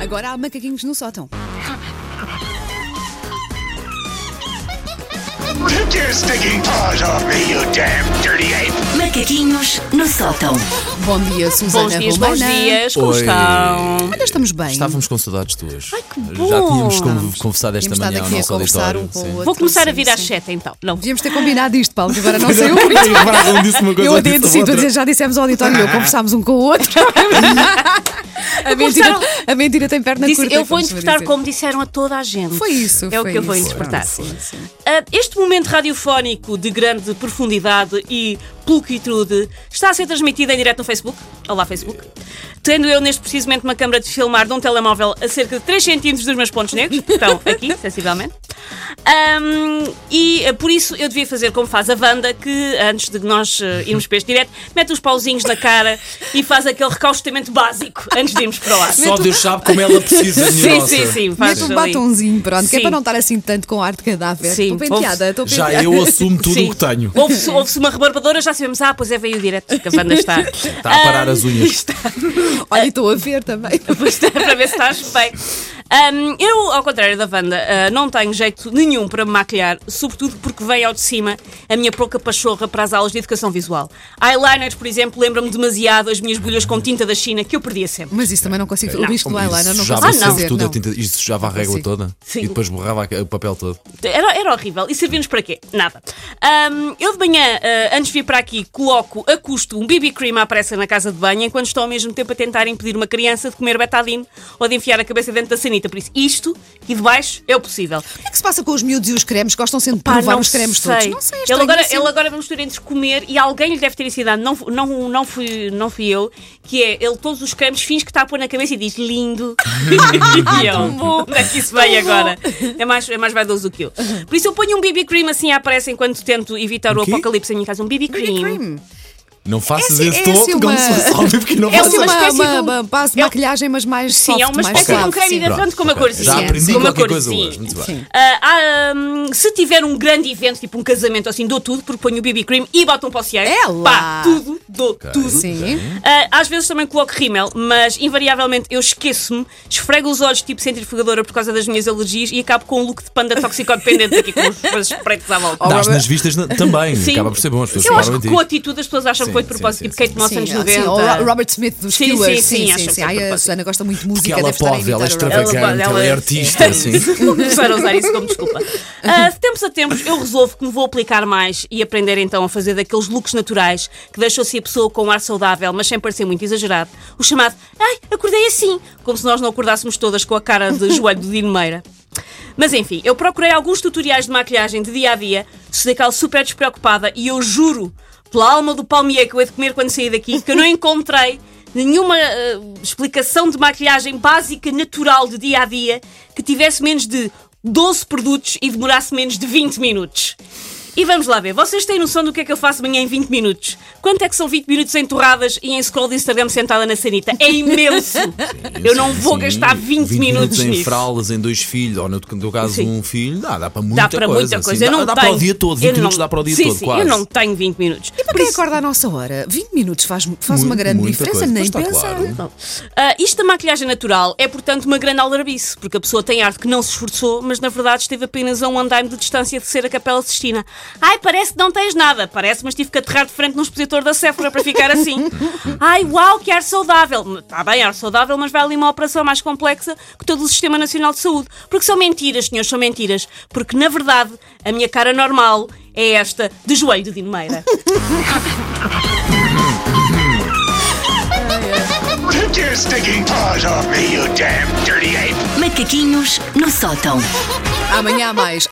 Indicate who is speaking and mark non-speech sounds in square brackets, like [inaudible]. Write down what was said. Speaker 1: Agora há macaquinhos no sótão.
Speaker 2: Take your stinking paws off me, you damn dirty ape!
Speaker 3: Macaquinhos no sótão.
Speaker 1: Bom dia, Susana
Speaker 4: Bons dias,
Speaker 1: Romana.
Speaker 4: bons dias, como
Speaker 5: Oi.
Speaker 4: estão?
Speaker 1: Ainda estamos bem.
Speaker 5: Estávamos com saudades tuas. Ai,
Speaker 4: que bom.
Speaker 5: Já tínhamos con-
Speaker 1: Estávamos.
Speaker 5: conversado um esta
Speaker 1: Tínhamos
Speaker 5: manhã
Speaker 1: estado
Speaker 5: ao
Speaker 1: aqui a
Speaker 5: nosso
Speaker 1: conversar
Speaker 5: auditório.
Speaker 1: um com o
Speaker 5: sim.
Speaker 1: outro.
Speaker 4: Vou começar a
Speaker 1: Sim,
Speaker 4: vir às
Speaker 1: sim.
Speaker 4: 7 então. Não,
Speaker 1: Devíamos ter combinado isto, Paulo, que
Speaker 5: [laughs]
Speaker 1: agora não saiu. [laughs]
Speaker 5: Agora não disse uma coisa,
Speaker 1: Eu
Speaker 5: ou
Speaker 1: até
Speaker 5: disse
Speaker 1: disse,
Speaker 5: outra.
Speaker 1: dizer, já dissemos ao auditório, meu, conversámos um com o outro. [laughs] a, mentira, a mentira tem perna
Speaker 4: Disse-
Speaker 1: curta.
Speaker 4: eu vou
Speaker 1: como se vai
Speaker 4: interpretar
Speaker 1: dizer.
Speaker 4: como disseram a toda a gente.
Speaker 1: Foi isso,
Speaker 4: É o
Speaker 1: foi
Speaker 4: que eu vou
Speaker 1: isso.
Speaker 4: interpretar.
Speaker 1: Foi, foi, foi.
Speaker 4: Ah, este momento radiofónico de grande profundidade e pulcritude está a ser transmitido em direto no Facebook. Olá, Facebook. Tendo eu neste preciso momento uma câmara de filmar de um telemóvel a cerca de 3 centímetros dos meus pontos negros, que
Speaker 5: [laughs]
Speaker 4: estão aqui, sensivelmente. Ahm, e ah, por isso eu devia fazer como faz a Wanda, que antes de nós ah, irmos para este direto, mete os pauzinhos na cara e faz aquele recaustamento básico antes de irmos para lá.
Speaker 5: Só Deus sabe como ela precisa de
Speaker 4: [laughs] Sim,
Speaker 5: minha
Speaker 4: sim, sim. faz
Speaker 1: Mete um
Speaker 4: ali.
Speaker 1: batonzinho, pronto, que é
Speaker 4: Sim.
Speaker 1: para não estar assim tanto com ar de cadáver.
Speaker 4: Sim,
Speaker 1: Estou penteada, estou
Speaker 5: Já
Speaker 1: penteada.
Speaker 5: eu assumo tudo
Speaker 4: Sim.
Speaker 5: o que tenho.
Speaker 4: Houve-se houve-se uma rebarbadora, já sabemos. Ah, pois é, veio direto que a banda está.
Speaker 5: [laughs] Está a parar as unhas.
Speaker 4: é-
Speaker 1: Olha, e estou a ver [laughs] também.
Speaker 4: [laughs] para ver se estás bem. Ahm, eu, ao contrário da Wanda, ah, não tenho jeito nenhum para me maquilhar, sobretudo porque veio ao de cima a minha pouca pachorra para as aulas de educação visual. Eyeliners, por exemplo, lembram-me demasiado as minhas bolhas com tinta da China que eu perdia sempre.
Speaker 1: Mas isso também não consigo. O risco do eyeliner não
Speaker 5: já
Speaker 1: consigo
Speaker 4: sempre
Speaker 1: fazer.
Speaker 5: tudo
Speaker 1: não.
Speaker 5: a tinta. Isso sujava a régua
Speaker 1: consigo.
Speaker 5: toda
Speaker 4: Sim.
Speaker 5: e depois borrava a- o papel todo.
Speaker 4: Era, era horrível. E servia-nos para quê? Nada. Ahm, eu de manhã, ah, antes de vir para aqui, coloco a custo um BB cream à pressa na casa de banho, enquanto estou ao mesmo tempo a tentar impedir uma criança de comer betadine ou de enfiar a cabeça dentro da sanita. Por isso, isto e de baixo é o possível.
Speaker 1: O que é que se passa com os miúdos e os cremes? Gostam sempre de
Speaker 4: Pá,
Speaker 1: provar
Speaker 4: não
Speaker 1: os cremes todos. Não sei, é
Speaker 4: ele agora,
Speaker 1: estranhíssimo.
Speaker 4: ele agora mistura entre comer e alguém lhe deve ter ensinado, não, fu- não, não, fui, não fui eu, que é ele todos os cremes fins que está a pôr na cabeça e
Speaker 1: [laughs]
Speaker 4: diz lindo. e eu, Onde é que isso vem agora? É mais, é mais vaidoso do que eu. Por isso eu ponho um BB cream assim à pressa enquanto tento evitar o,
Speaker 5: Um quê?
Speaker 4: apocalipse em minha casa. Um BB
Speaker 1: BB
Speaker 4: cream.
Speaker 1: cream.
Speaker 5: Não faças
Speaker 1: É assim-
Speaker 5: esse
Speaker 1: é assim
Speaker 5: tom como
Speaker 1: uma-
Speaker 5: se fosse óbvio, porque não
Speaker 4: É
Speaker 1: É
Speaker 5: faças.
Speaker 1: uma,
Speaker 4: uma espécie
Speaker 1: uma,
Speaker 4: de um-
Speaker 1: uma base de
Speaker 4: é um-
Speaker 1: maquilhagem, mas mais
Speaker 4: Sim,
Speaker 1: soft,
Speaker 4: é uma
Speaker 1: mais
Speaker 4: espécie de um
Speaker 1: suave,
Speaker 4: creme
Speaker 1: sim.
Speaker 4: hidratante
Speaker 5: Pronto,
Speaker 4: com uma
Speaker 5: ok.
Speaker 4: corzinha.
Speaker 5: Já aprendi
Speaker 4: com uma
Speaker 5: qualquer coisa
Speaker 4: corzinha.
Speaker 5: hoje, muito bem.
Speaker 1: Sim.
Speaker 4: Ah, ah, hum, se tiver um grande evento, tipo um casamento assim, dou tudo, porque ponho o BB cream e boto um posseiro.
Speaker 1: É lá.
Speaker 4: Pá, tudo, dou tudo.
Speaker 1: Sim.
Speaker 4: Ah, às vezes também coloco rímel, mas invariavelmente eu esqueço-me, esfrego os olhos tipo centrifugadora por causa das minhas alergias e acabo com um look de panda toxicodependente aqui com os coisas pretos à volta.
Speaker 5: Dás nas vistas na- também.
Speaker 4: Sim.
Speaker 5: Acaba por ser bom. As pessoas
Speaker 4: Eu acho
Speaker 5: param
Speaker 4: que
Speaker 5: em ti.
Speaker 4: com a atitude as pessoas acham que
Speaker 5: Sim,
Speaker 4: foi de propósito,
Speaker 5: sim,
Speaker 4: tipo Kate
Speaker 5: sim,
Speaker 4: Moss
Speaker 1: Sim,
Speaker 4: anos
Speaker 1: sim, o Ro-
Speaker 4: 90.
Speaker 1: Robert Smith dos
Speaker 4: tá? Sim, sim,
Speaker 1: Killers.
Speaker 4: sim, acho que foi
Speaker 1: Ai, a
Speaker 4: propósito.
Speaker 1: Susana gosta muito de
Speaker 5: Porque
Speaker 1: música,
Speaker 5: ela
Speaker 1: deve estar a
Speaker 5: pode, ela é
Speaker 1: imitar o Robert.
Speaker 5: extravagante,
Speaker 4: Ela pode, ela
Speaker 5: ela é
Speaker 4: é- [laughs]
Speaker 5: artista. Sim.
Speaker 4: Vou começar a usar isso como desculpa. Ah, de tempos a tempos, eu resolvo que me vou aplicar mais e aprender então a fazer daqueles looks naturais que deixam-se a pessoa com um ar saudável, mas sem parecer muito exagerado. O chamado, ai, acordei assim, como se nós não acordássemos todas com a cara de [laughs] joelho do Dino Meira. Mas enfim, eu procurei alguns tutoriais de maquilhagem de dia a dia, sou daquela super despreocupada e eu juro, pela alma do palmier que eu hei de comer quando saí daqui, que eu não encontrei nenhuma eh, explicação de maquilhagem básica, natural, de dia a dia, que tivesse menos de 12 produtos e demorasse menos de 20 minutos. E vamos lá ver, vocês têm noção do que é que eu faço amanhã em 20 minutos? Quanto é que são 20 minutos em torradas e em scroll de Instagram sentada na sanita? É imenso! eu não vou
Speaker 5: Sim,
Speaker 4: gastar 20, minutos,
Speaker 5: em
Speaker 4: nisso.
Speaker 5: fraulas, em dois filhos, ou no teu caso
Speaker 4: Sim.
Speaker 5: um filho, dá, dá para muita
Speaker 4: Dá para
Speaker 5: coisa.
Speaker 4: muita
Speaker 5: sim.
Speaker 4: coisa.
Speaker 5: Dá,
Speaker 4: eu não
Speaker 5: dá
Speaker 4: tenho.
Speaker 5: para o dia todo, 20
Speaker 4: eu não-
Speaker 5: minutos dá para o dia
Speaker 4: sim,
Speaker 5: todo,
Speaker 4: sim,
Speaker 5: quase.
Speaker 4: Eu não tenho 20 minutos.
Speaker 1: E para quem é acorda à nossa hora, 20 minutos faz, faz uma
Speaker 5: Muito,
Speaker 1: grande
Speaker 5: muita
Speaker 1: diferença,
Speaker 5: coisa.
Speaker 1: nem
Speaker 5: Pois está
Speaker 1: pensar.
Speaker 5: claro.
Speaker 4: Ah, isto da maquilhagem natural é, portanto, uma grande aldrabice, porque a pessoa tem arte que não se esforçou, mas na verdade esteve apenas a um andaime de distância de ser a Capela Sistina. Ai, parece que não tens nada. Parece, mas tive que aterrar de frente num expositor da Sephora para ficar assim. Ai, uau, que ar saudável. Está bem, ar saudável, mas vai ali uma operação mais complexa que todo o Sistema Nacional de Saúde. Porque são mentiras, senhores, são mentiras. Porque, na verdade, a minha cara normal é esta de joelho de Dino Meira.
Speaker 2: Take your stinking paws off me, you damn dirty ape!
Speaker 3: Macaquinhos no sótão.
Speaker 1: Amanhã há mais.